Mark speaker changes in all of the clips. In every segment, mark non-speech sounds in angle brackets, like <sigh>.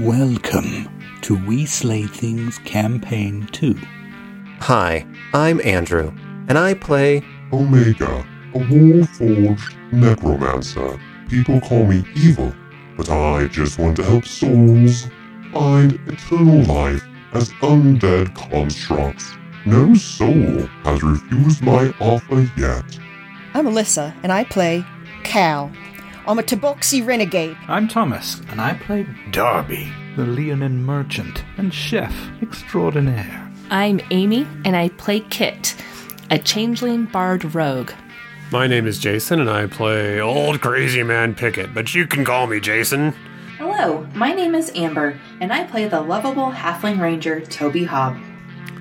Speaker 1: Welcome to We Slay Things Campaign 2.
Speaker 2: Hi, I'm Andrew, and I play.
Speaker 3: Omega, a war-forged necromancer. People call me evil, but I just want to help souls find eternal life as undead constructs. No soul has refused my offer yet.
Speaker 4: I'm Alyssa, and I play Cal. I'm a Taboxi renegade.
Speaker 5: I'm Thomas, and I play Darby, the Leonin merchant and chef extraordinaire.
Speaker 6: I'm Amy, and I play Kit, a changeling bard rogue.
Speaker 7: My name is Jason, and I play Old Crazy Man Pickett, but you can call me Jason.
Speaker 8: Hello, my name is Amber, and I play the lovable halfling ranger Toby Hobb.
Speaker 9: <laughs>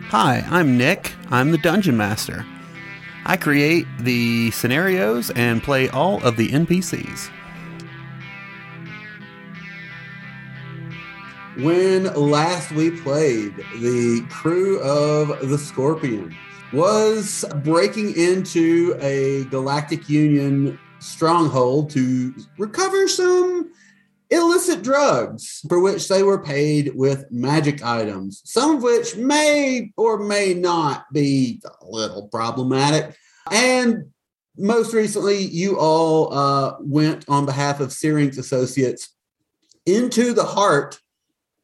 Speaker 10: Hi, I'm Nick. I'm the Dungeon Master. I create the scenarios and play all of the NPCs.
Speaker 11: When last we played, the crew of the Scorpion was breaking into a Galactic Union stronghold to recover some illicit drugs for which they were paid with magic items, some of which may or may not be a little problematic. And most recently, you all uh, went on behalf of Searing's Associates into the heart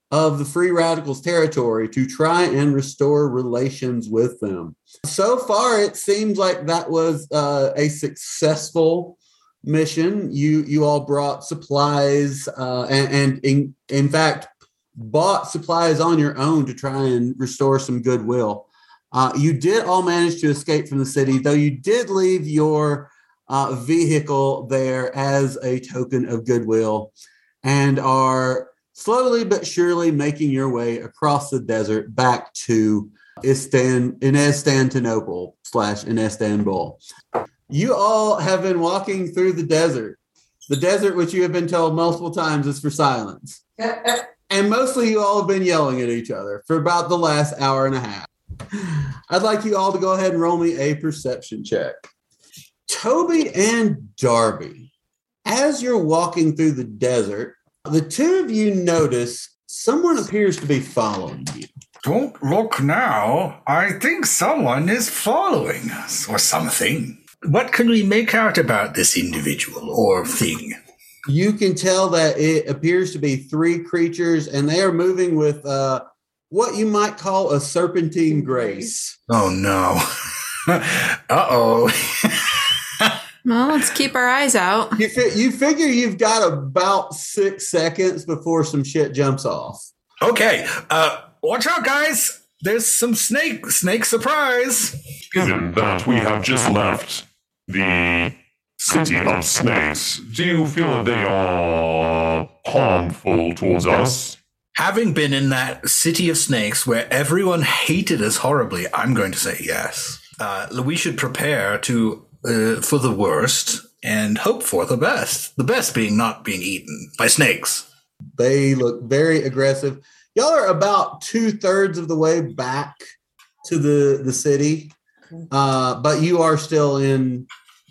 Speaker 11: of the Free Radicals territory to try and restore relations with them. So far, it seems like that was uh, a successful mission. You you all brought supplies uh, and, and in, in fact bought supplies on your own to try and restore some goodwill. Uh, you did all manage to escape from the city, though you did leave your uh, vehicle there as a token of goodwill, and are slowly but surely making your way across the desert back to Istan- Inestantinople slash Inestanbul you all have been walking through the desert. The desert, which you have been told multiple times, is for silence. and mostly you all have been yelling at each other for about the last hour and a half. I'd like you all to go ahead and roll me a perception check. Toby and Darby, as you're walking through the desert, the two of you notice someone appears to be following you.
Speaker 12: Don't look now. I think someone is following us or something. What can we make out about this individual or thing?
Speaker 11: You can tell that it appears to be three creatures, and they are moving with uh, what you might call a serpentine grace.
Speaker 12: Oh no. <laughs> uh oh.
Speaker 13: Well, let's keep our eyes out.
Speaker 11: You, fi- you figure you've got about six seconds before some shit jumps off.
Speaker 12: okay. Uh, watch out, guys. There's some snake. Snake surprise.
Speaker 3: Given that we have just left the city of snakes, do you feel that they are harmful towards us?
Speaker 12: Having been in that city of snakes where everyone hated us horribly, I'm going to say yes. Uh, we should prepare to uh, for the worst and hope for the best. The best being not being eaten by snakes.
Speaker 11: They look very aggressive. Y'all are about two thirds of the way back to the the city, uh, but you are still in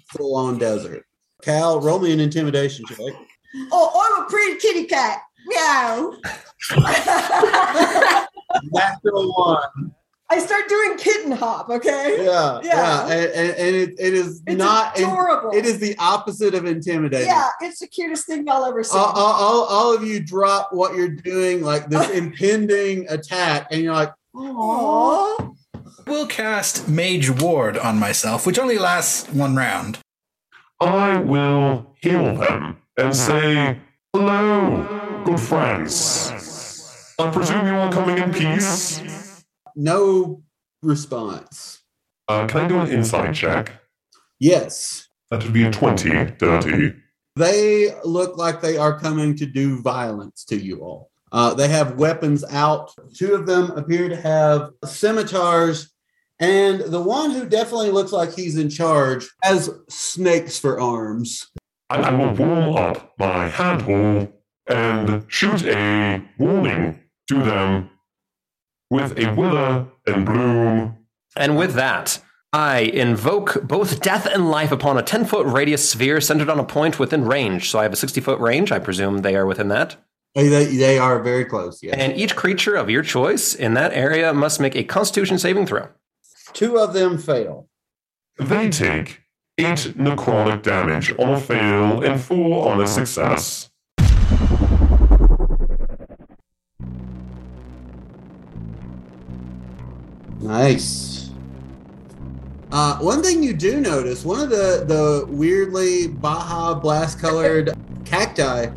Speaker 11: full on desert. Cal, roll me an intimidation check.
Speaker 9: Oh, I'm a pretty kitty cat. Meow. I
Speaker 11: Natural one.
Speaker 9: start doing kitten hop, okay?
Speaker 11: Yeah, yeah,
Speaker 9: Yeah.
Speaker 11: and, and- and it, it is
Speaker 9: It's
Speaker 11: not. it-
Speaker 9: adorable.
Speaker 11: it is the opposite of intimidating.
Speaker 9: Yeah, it's the cutest thing y'all ever seen.
Speaker 11: all, all, all- all of you drop what you're doing,
Speaker 9: <laughs>
Speaker 11: like this impending attack, and you're like,
Speaker 9: Aw.
Speaker 12: Will cast Mage Ward on myself, which only lasts one round.
Speaker 3: I will heal them and say, Hello, good friends. I presume you are coming in peace.
Speaker 11: no response.
Speaker 3: Uh, can I do an insight check?
Speaker 11: Yes,
Speaker 3: That would be a 20, dirty.
Speaker 11: they look like they are coming to do violence to you all. Uh, they have weapons out. Two of them appear to have scimitars, and the one who definitely looks like he's in charge has snakes for arms.
Speaker 3: I, I will roll up my handhole and shoot a warning to them with a wither and bloom.
Speaker 2: And with that, I invoke both death and life upon a 10 foot radius sphere centered on a point within range. So I have a 60 foot range. I presume they are within that.
Speaker 11: They, they are very close, yeah.
Speaker 2: And each creature of your choice in that area must make a constitution saving throw.
Speaker 11: Two of them fail.
Speaker 3: They take 8 necrotic damage on a fail and 4 on a success.
Speaker 11: Nice. Uh, one thing you do notice, one of the, the weirdly Baja blast colored cacti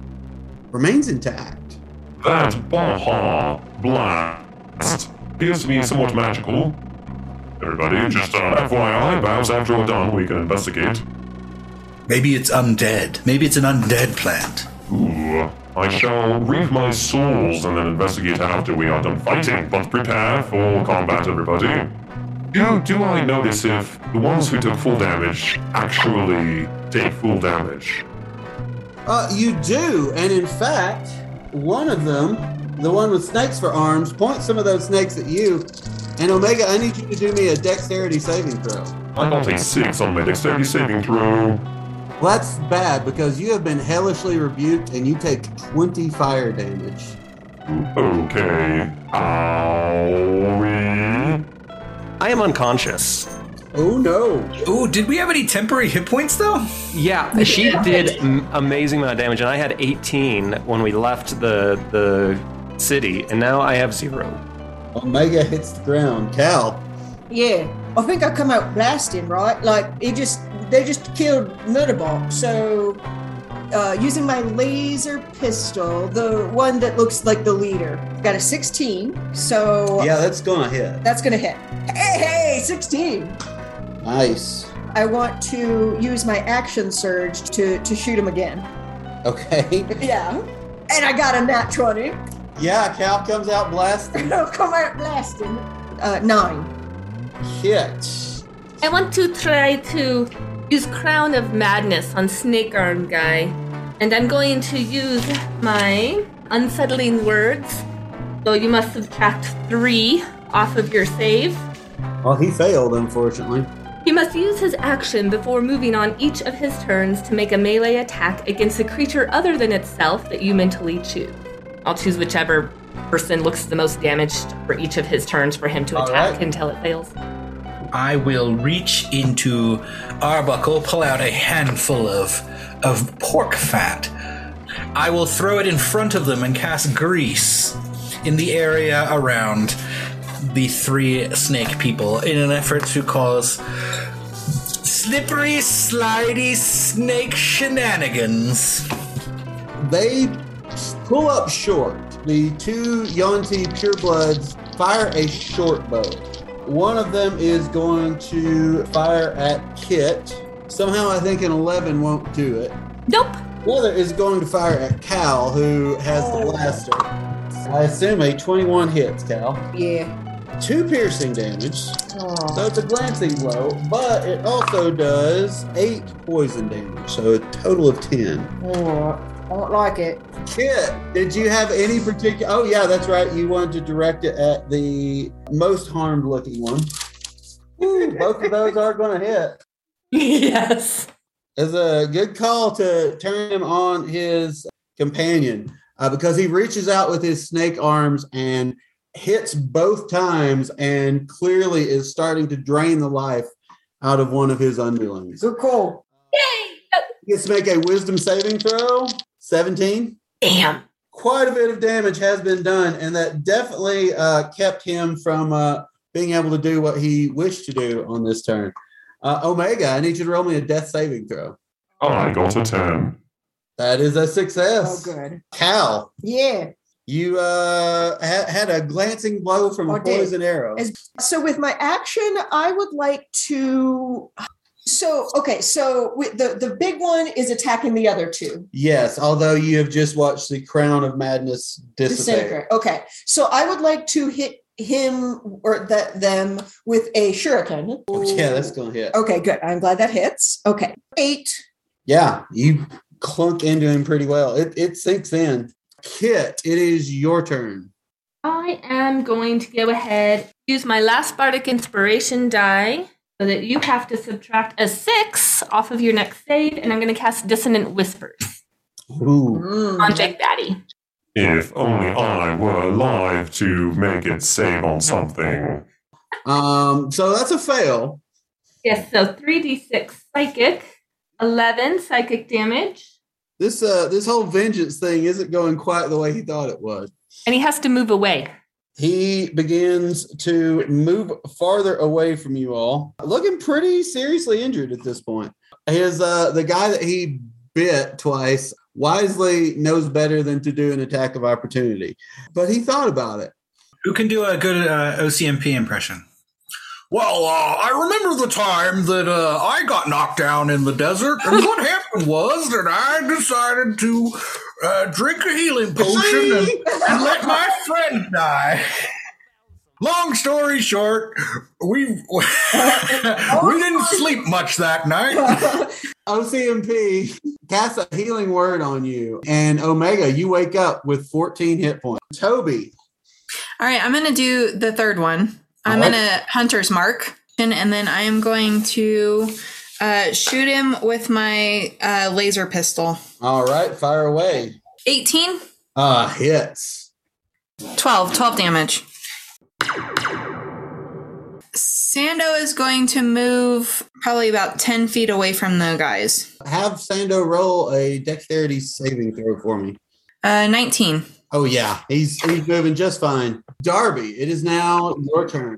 Speaker 11: remains intact.
Speaker 3: That Baja Blast appears to be somewhat magical. Everybody, just uh, FYI, perhaps after we're done, we can investigate.
Speaker 12: Maybe it's undead. Maybe it's an undead plant.
Speaker 3: Ooh, I shall reap my souls and then investigate after we are done fighting, but prepare for combat, everybody. Do, do I notice if the ones who took full damage actually take full damage?
Speaker 11: Uh, you do, and in fact, one of them, the one with snakes for arms, points some of those snakes at you. And Omega, I need you to do me a dexterity saving throw.
Speaker 3: I got a 6 on my dexterity saving throw.
Speaker 11: Well, that's bad because you have been hellishly rebuked and you take 20 fire damage.
Speaker 3: Okay. Owie.
Speaker 2: I am unconscious.
Speaker 11: Oh no.
Speaker 12: Oh, did we have any temporary hit points though?
Speaker 2: Yeah, she did an amazing amount of damage, and I had 18 when we left the the city, and now I have zero.
Speaker 11: Omega hits the ground. Cal.
Speaker 9: Yeah, I think I come out blasting, right? Like it just they just killed Murderbot. So uh, using my laser pistol, the one that looks like the leader, got a 16. So
Speaker 11: Yeah, that's gonna hit.
Speaker 9: that's gonna hit. Hey, hey, 16.
Speaker 11: Nice.
Speaker 9: I want to use my action surge to to shoot him again.
Speaker 11: <laughs> Okay.
Speaker 9: Yeah, and I got a nat 20.
Speaker 11: Yeah, Cal comes out
Speaker 9: <laughs>
Speaker 11: blasting.
Speaker 9: come out blasting. Uh, nine.
Speaker 11: Shit.
Speaker 6: I want to try to use Crown of Madness on Snake Arm Guy. And I'm going to use my unsettling words. So you must subtract three off of your save.
Speaker 11: Well, he failed, unfortunately.
Speaker 6: He must use his action before moving on each of his turns to make a melee attack against a creature other than itself that you mentally choose. I'll choose whichever person looks the most damaged for each of his turns for him to
Speaker 12: All
Speaker 6: attack
Speaker 12: right.
Speaker 6: until it fails.
Speaker 12: I will reach into Arbuckle, pull out a handful of of pork fat. I will throw it in front of them and cast grease in the area around the three snake people in an effort to cause slippery, slidey snake shenanigans.
Speaker 11: They pull up short. The two Yonti purebloods fire a short bow. One of them is going to fire at Kit. Somehow, I think an 11 won't do it.
Speaker 6: Nope.
Speaker 11: The other is going to fire at Cal, who has the blaster. I assume a 21 hits, Cal.
Speaker 9: Yeah.
Speaker 11: Two piercing damage. So
Speaker 9: Oh.
Speaker 11: it's a glancing blow, but it also does eight poison damage. So a total of 10.
Speaker 9: I don't like it.
Speaker 11: Kit, did you have any particular? Oh, yeah, that's right. You wanted to direct it at the most harmed looking one. Ooh, both of those are going to hit.
Speaker 6: <laughs> Yes.
Speaker 11: It's a good call to turn him on his companion uh, because he reaches out with his snake arms and hits both times and clearly is starting to drain the life out of one of his underlings.
Speaker 9: Good call.
Speaker 11: Let's make a wisdom saving throw. 17.
Speaker 6: Damn.
Speaker 11: Quite a bit of damage has been done, and that definitely uh, kept him from uh, being able to do what he wished to do on this turn. Uh, Omega, I need you to roll me a death saving throw.
Speaker 3: I got a 10.
Speaker 11: That is a
Speaker 9: Oh,
Speaker 11: success.
Speaker 9: good.
Speaker 11: Cal,
Speaker 9: Yeah.
Speaker 11: you uh, ha- had a glancing blow from
Speaker 9: Oh, I
Speaker 11: a
Speaker 9: did.
Speaker 11: poison arrow.
Speaker 9: As, so with my action, I would like to. So okay, so with the the big one is attacking the other two.
Speaker 11: Yes, although you have just watched the crown of madness dissipate.
Speaker 9: Disintegrate. Okay, so I would like to hit him or that them with a shuriken.
Speaker 11: Oh, Yeah, that's going to hit.
Speaker 9: Okay, good. I'm glad that hits. Okay, eight.
Speaker 11: Yeah, you clunk into him pretty well. It, it sinks in. Kit, it is your turn.
Speaker 6: I am going to go ahead use my last bardic inspiration die so that you have to subtract a six off of your next save, and I'm going to cast Dissonant Whispers
Speaker 9: Mm.
Speaker 11: Ooh.
Speaker 6: on Big Daddy.
Speaker 3: If only I were alive to make it save on something.
Speaker 11: Um, so that's a fail.
Speaker 6: Yes, so 3d6 psychic, 11 psychic damage,
Speaker 11: This uh, this whole vengeance thing isn't going quite the way he thought it was.
Speaker 6: and he has to move away.
Speaker 11: He begins to move farther away from you all, looking pretty seriously injured at this point. His uh, the guy that he bit twice wisely knows better than to do an attack of opportunity, but he thought about it.
Speaker 12: Who can do a good uh, OCMP impression? Well, uh, I remember the time that uh, I got knocked down in the desert, and what <laughs> happened was that I decided to uh, drink a healing potion and, and let <laughs> my friend die. Long story short, we <laughs> we didn't sleep much that <laughs>
Speaker 9: <laughs>
Speaker 12: night.
Speaker 11: <laughs> OCMP casts a healing word on you, and Omega, you wake up with 14 hit points. Toby,
Speaker 13: All right, I'm going to do the third one. I'm
Speaker 11: All right.
Speaker 13: going to Hunter's Mark, and, and then I am going to uh, shoot him with my uh, laser pistol.
Speaker 11: all right, fire away.
Speaker 13: 18,
Speaker 11: Ah, hits.
Speaker 13: 12, 12 damage. Sando is going to move probably about 10 feet away from the guys.
Speaker 11: Have Sando roll a dexterity saving throw for me.
Speaker 13: Uh, 19.
Speaker 11: Oh yeah, he's he's moving just fine. Darby, it is now your turn.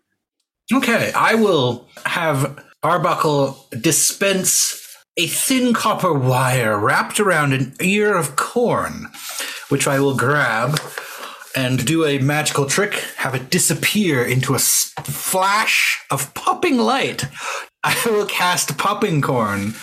Speaker 12: Okay, I will have Arbuckle dispense a thin copper wire wrapped around an ear of corn, which I will grab and do a magical trick, have it disappear into a s- flash of popping light. I will cast popping corn.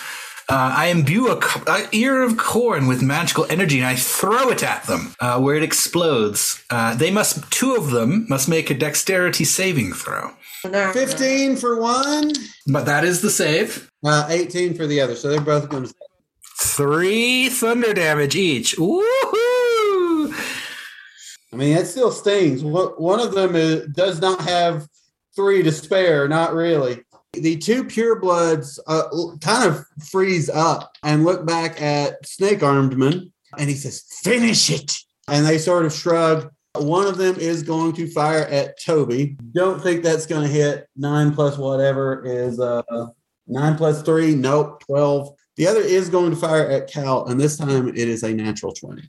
Speaker 12: Uh, I imbue a, c- a ear of corn with magical energy, and I throw it at them, uh, where it explodes. Uh, they must two of them must make a dexterity saving throw.
Speaker 11: 15 for one.
Speaker 12: But that is the save.
Speaker 11: Uh, 18 for the other. So they're both going to.
Speaker 12: Three thunder damage each. Woohoo!
Speaker 11: I mean, that still stings. Wh- One of them is, does not have three to spare. Not really. The two purebloods uh, l- kind of freeze up and look back at Snake Armed Man, and he says, "Finish it." And they sort of shrug. One of them is going to fire at Toby. Don't think that's going to hit. Nine plus whatever is uh, nine plus three. Nope, twelve. The other is going to fire at Cal, and this time it is a natural twenty.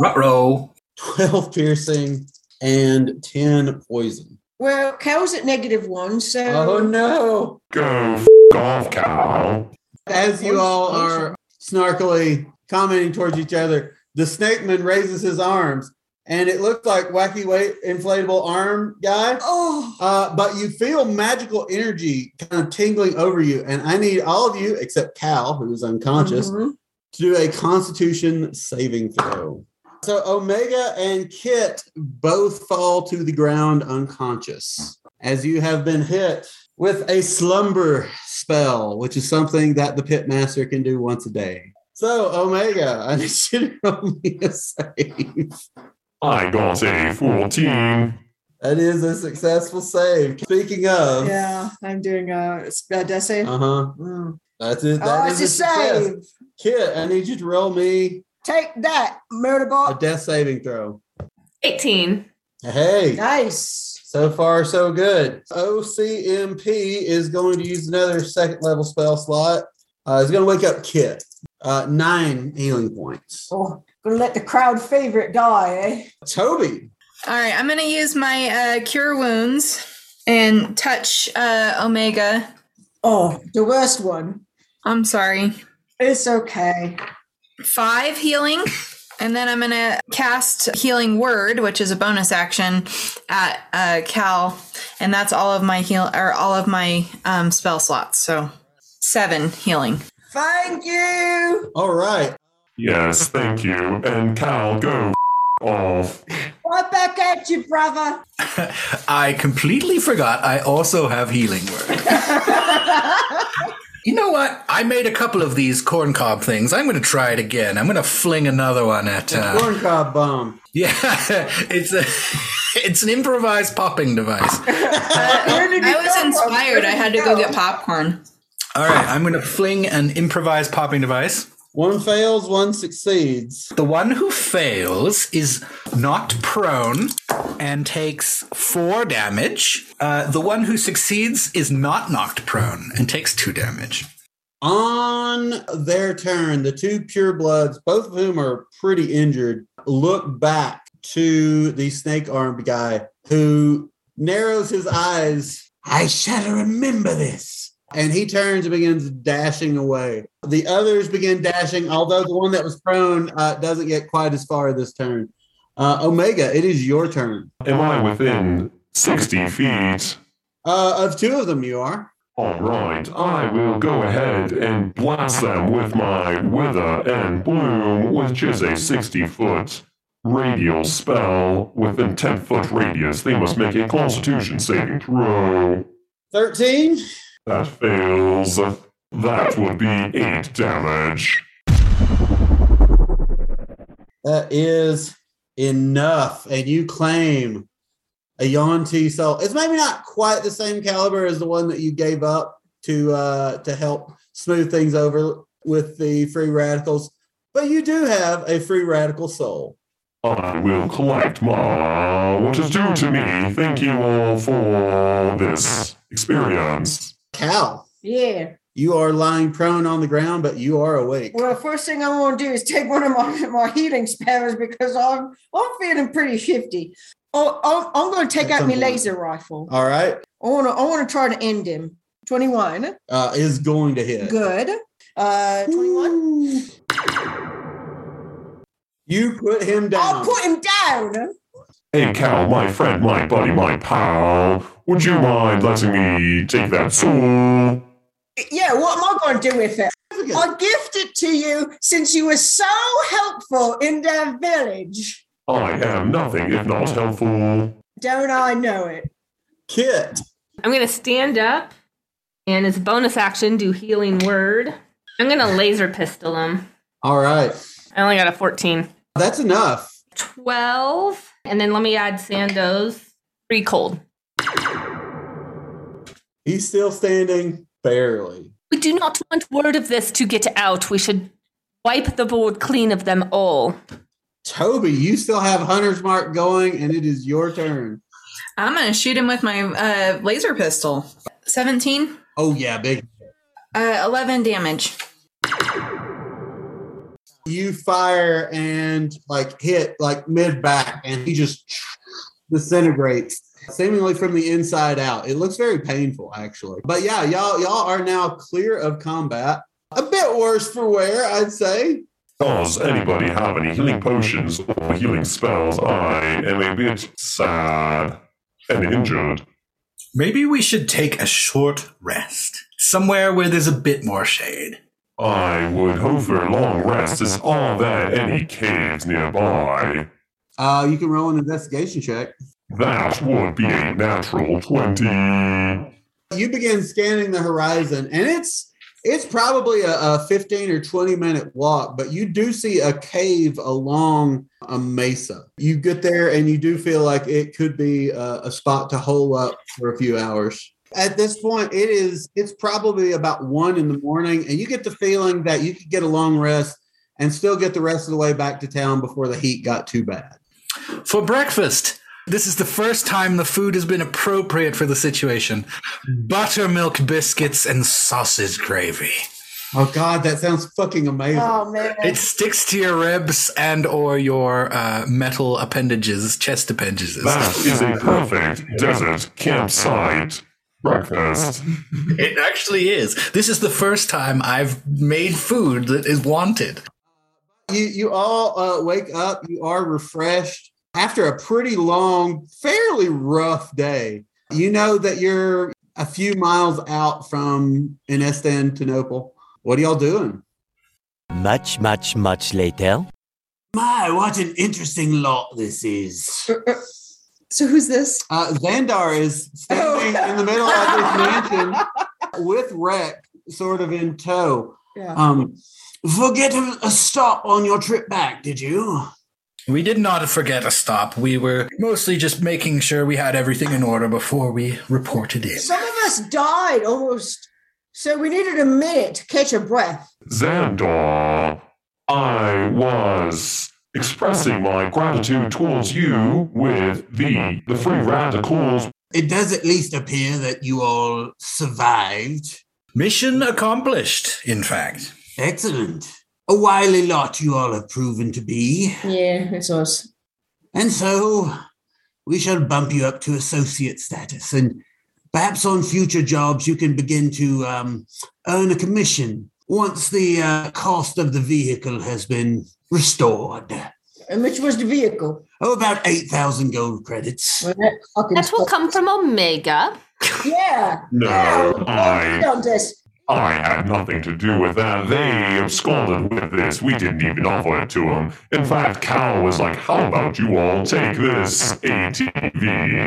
Speaker 12: Rutrow.
Speaker 11: 12 <laughs> piercing and 10 poison.
Speaker 9: Well, Cal's at negative one, so.
Speaker 11: Oh no!
Speaker 3: Go f- off, cow.
Speaker 11: As you all are snarkily commenting towards each other, the snake man raises his arms and it looks like wacky weight inflatable arm guy. Oh, uh, but you feel magical energy kind of tingling over you. And I need all of you, except Cal, who's unconscious,
Speaker 9: Mm-hmm.
Speaker 11: to do a constitution saving throw. So Omega and Kit both fall to the ground unconscious as you have been hit with a slumber spell, which is something that the pit master can do once a day. So Omega, <laughs> I need you to roll me a save.
Speaker 3: I got a 14.
Speaker 11: That is a successful save. Speaking of,
Speaker 9: Yeah, I'm doing a spell death save.
Speaker 11: uh huh,
Speaker 9: Mm.
Speaker 11: that's it.
Speaker 9: Oh,
Speaker 11: That
Speaker 9: it's
Speaker 11: is
Speaker 9: a
Speaker 11: success.
Speaker 9: save.
Speaker 11: Kit, I need you to roll me
Speaker 9: Take that,
Speaker 11: a
Speaker 9: murderbot.
Speaker 11: death saving throw.
Speaker 6: 18.
Speaker 11: Hey,
Speaker 9: Nice.
Speaker 11: So far, so good. OCMP is going to use another second level spell slot. Uh, it's going to wake up Kit. Uh, nine healing points.
Speaker 9: Oh, gonna let the crowd favorite die, eh?
Speaker 11: Toby,
Speaker 13: All right, I'm going to use my uh, Cure Wounds and touch uh, Omega.
Speaker 9: Oh, the worst one.
Speaker 13: I'm sorry.
Speaker 9: It's okay.
Speaker 13: Five healing. And then I'm going to cast Healing Word, which is a bonus action at uh, Cal. And that's all of my heal or all of my um, spell slots. So seven healing.
Speaker 9: Thank you.
Speaker 11: All right.
Speaker 3: Yes, thank you. And Cal, go f- off.
Speaker 9: Right back at you, brother.
Speaker 12: I completely forgot I also have healing word. you know what? I made a couple of these corn cob things. I'm going to try it again. I'm going to fling another one at. Uh,
Speaker 11: corn cob bomb.
Speaker 12: <laughs> yeah, it's a, <laughs> it's an improvised popping device.
Speaker 9: <laughs> Where did
Speaker 13: I
Speaker 9: you
Speaker 13: was
Speaker 9: come from? Where
Speaker 13: inspired.
Speaker 9: did
Speaker 13: I had to
Speaker 9: you
Speaker 13: go get popcorn.
Speaker 12: All right, I'm going to fling an improvised popping device.
Speaker 11: One fails, one succeeds.
Speaker 12: The one who fails is knocked prone and takes four damage. Uh, the one who succeeds is not knocked prone and takes two damage.
Speaker 11: On their turn, the two purebloods, both of whom are pretty injured, look back to the snake armed guy who narrows his eyes. I shall remember this. And he turns and begins dashing away. The others begin dashing, although the one that was prone uh, doesn't get quite as far this turn. Uh, Omega, it is your turn.
Speaker 3: Am I within 60 feet?
Speaker 11: Uh, of two of them, you are.
Speaker 3: All right, I will go ahead and blast them with my Wither and Bloom, which is a 60 foot radial spell within 10 foot radius. They must make a Constitution saving throw.
Speaker 11: 13.
Speaker 3: That fails. That would be 8 damage.
Speaker 11: That is enough. And you claim a Yonti soul. It's maybe not quite the same caliber as the one that you gave up to uh, to help smooth things over with the free radicals, but you do have a free radical soul.
Speaker 3: I will collect my what is due to me. Thank you all for this experience.
Speaker 11: Cal,
Speaker 9: Yeah.
Speaker 11: you are lying prone on the ground, but you are awake.
Speaker 9: Well, first thing I want to do is take one of my, my healing spells because I'm I'm feeling pretty shifty. Oh, I'm, I'm going to take out my laser rifle.
Speaker 11: All right,
Speaker 9: I want to I want to try to end him. Twenty one.
Speaker 11: uh, is going to hit.
Speaker 9: Good. Uh, twenty one.
Speaker 11: You put him down.
Speaker 9: I'll put him down.
Speaker 3: Hey, Cal, my friend, my buddy, my pal, would you mind letting me take that soul?
Speaker 9: Yeah. What am I going to do with it? I'll gift it to you since you were so helpful in their village.
Speaker 3: I am nothing if not helpful.
Speaker 9: Don't I know it?
Speaker 11: Kit.
Speaker 6: I'm gonna stand up and as bonus action do healing word. I'm gonna laser pistol him.
Speaker 11: All right,
Speaker 6: I only got a 14.
Speaker 11: that's enough.
Speaker 6: 12. And then let me add Sandoz. Three cold.
Speaker 11: He's still standing barely.
Speaker 6: We do not want word of this to get out. We should wipe the board clean of them all.
Speaker 11: Toby, you still have Hunter's Mark going, and it is your turn.
Speaker 13: I'm gonna shoot him with my uh, laser pistol. Seventeen.
Speaker 11: Oh yeah, big.
Speaker 13: Uh, Eleven damage.
Speaker 11: You fire and like hit like mid back, and he just disintegrates, seemingly from the inside out. It looks very painful, actually. But yeah, y'all y'all are now clear of combat. A bit worse for wear, I'd say.
Speaker 3: Does anybody have any healing potions or healing spells? I am a bit sad and injured.
Speaker 12: Maybe we should take a short rest somewhere where there's a bit more shade.
Speaker 3: I would hope for a long rest is all that any caves nearby.
Speaker 11: Uh, you can roll an investigation check.
Speaker 3: That would be a natural 20.
Speaker 11: You begin scanning the horizon, and it's it's probably a, a 15 or 20 minute walk, but you do see a cave along a mesa. You get there and you do feel like it could be a, a spot to hole up for a few hours. At this point, it is it's probably about one in the morning, and you get the feeling that you could get a long rest and still get the rest of the way back to town before the heat got too bad.
Speaker 12: For breakfast, this is the first time the food has been appropriate for the situation buttermilk biscuits and sausage gravy.
Speaker 11: Oh God, that sounds fucking amazing.
Speaker 9: Oh man.
Speaker 12: It sticks to your ribs and or your uh, metal appendages, chest appendages.
Speaker 3: That is a perfect desert campsite breakfast.
Speaker 12: It actually is. This is the first time I've made food that is wanted.
Speaker 11: you you all uh, wake up you are refreshed after a pretty long fairly rough day you know that you're a few miles out from in Constantinople. what are y'all doing
Speaker 14: Much, much, much later.
Speaker 11: my what an interesting lot this is
Speaker 9: Uh, so who's this
Speaker 11: uh xandar is standing in the middle of this mansion with Rec sort of in tow
Speaker 9: Yeah.
Speaker 11: um forget a, a stop on your trip back did you
Speaker 12: We did not forget a stop. We were mostly just making sure we had everything in order before we reported in.
Speaker 9: Some of us died almost, so we needed a minute to catch a breath.
Speaker 3: Xandor, I was expressing my gratitude towards you with the the free radicals.
Speaker 15: It does at least appear that you all survived.
Speaker 12: Mission accomplished, in fact.
Speaker 15: Excellent. A wily lot you all have proven to be.
Speaker 16: Yeah, it's us.
Speaker 15: And so we shall bump you up to associate status. And perhaps on future jobs, you can begin to um, earn a commission once the uh, cost of the vehicle has been restored.
Speaker 9: And which was the vehicle?
Speaker 15: Oh, about 8,000 gold credits.
Speaker 6: That will come from Omega.
Speaker 9: Yeah.
Speaker 3: No, I
Speaker 9: this.
Speaker 3: I had nothing to do with that. They absconded with this. We didn't even offer it to them. In fact, Cal was like, "How about you all take this ATV?"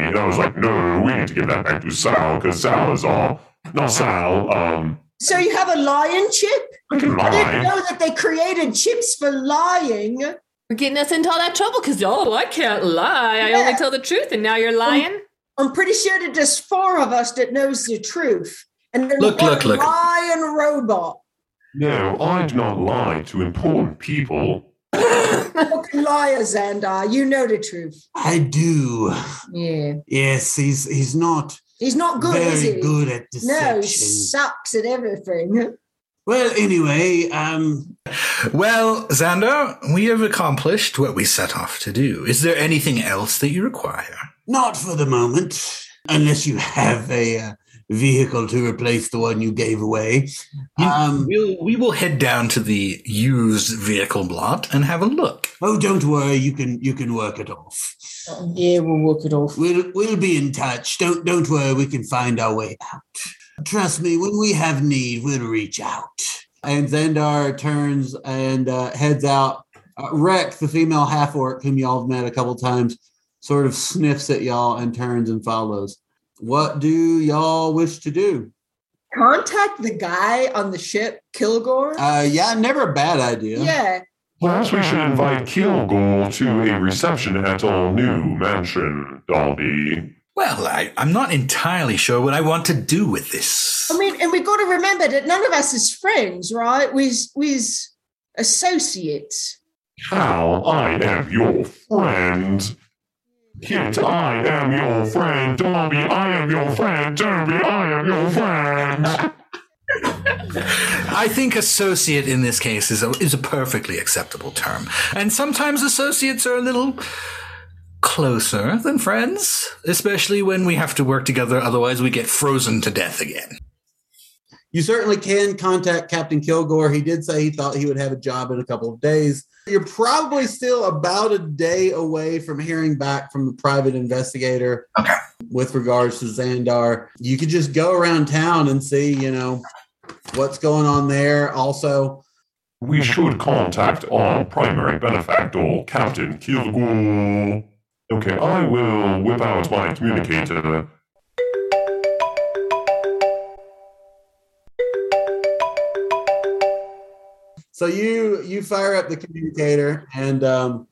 Speaker 3: And I was like, "No, we need to give that back to Sal because Sal is all not Sal." Um,
Speaker 9: So you have a lion chip? I
Speaker 3: can
Speaker 9: didn't
Speaker 3: lie.
Speaker 9: know that they created chips for lying.
Speaker 6: We're getting us into all that trouble because, oh, I can't lie. I only tell the truth, and now you're lying.
Speaker 9: I'm pretty sure that there's four of us that knows the truth. And then
Speaker 3: Look,
Speaker 9: one
Speaker 3: look, look.
Speaker 9: lion robot.
Speaker 3: no, I do not lie to important people.
Speaker 9: Fucking liars, Xandar. You know the truth.
Speaker 15: I do.
Speaker 16: Yeah.
Speaker 15: Yes, he's he's not.
Speaker 9: He's not good,
Speaker 15: Very
Speaker 9: is he?
Speaker 15: good at
Speaker 9: No,
Speaker 15: deception.
Speaker 9: he sucks at everything.
Speaker 15: Well, anyway, um,
Speaker 12: Well, Xander, we have accomplished what we set off to do. Is there anything else that you require?
Speaker 15: not for the moment, unless you have a uh, vehicle to replace the one you gave away. Um,
Speaker 12: we'll, we will head down to the used vehicle lot and have a look.
Speaker 15: Oh, don't worry, you can you can work it off.
Speaker 16: Yeah, we'll work it off.
Speaker 15: We'll we'll be in touch. Don't don't worry, we can find our way out. Trust me, when we have need, we'll reach out.
Speaker 11: And Zendar turns and uh, heads out. Uh, Rex, the female half orc whom y'all have met a couple times, sort of sniffs at y'all and turns and follows. What do y'all wish to do?
Speaker 9: Contact the guy on the ship, Kilgore.
Speaker 11: Uh, yeah, never a bad idea.
Speaker 9: yeah.
Speaker 3: Perhaps we should invite <laughs> Kilgore to a reception at our new mansion, Darby.
Speaker 12: Well, I, I'm not entirely sure what I want to do with this.
Speaker 9: I mean, and we got to remember that none of us is friends, right? We're, we're associates.
Speaker 3: How I am your friend. Kit, I am your friend. Darby, I am your friend. Darby, I am your friend.
Speaker 12: <laughs> I think associate in this case is a, is a perfectly acceptable term. And sometimes associates are a little closer than friends, especially when we have to work together, otherwise, we get frozen to death again.
Speaker 11: You certainly can contact Captain Kilgore. He did say he thought he would have a job in a couple of days. You're probably still about a day away from hearing back from the private investigator with regards to Xandar. You could just go around town and see, you know, what's going on there. Also,
Speaker 3: We should contact our primary benefactor, Captain Kilgore. Okay, I will whip out my communicator.
Speaker 11: so you you fire up the communicator and um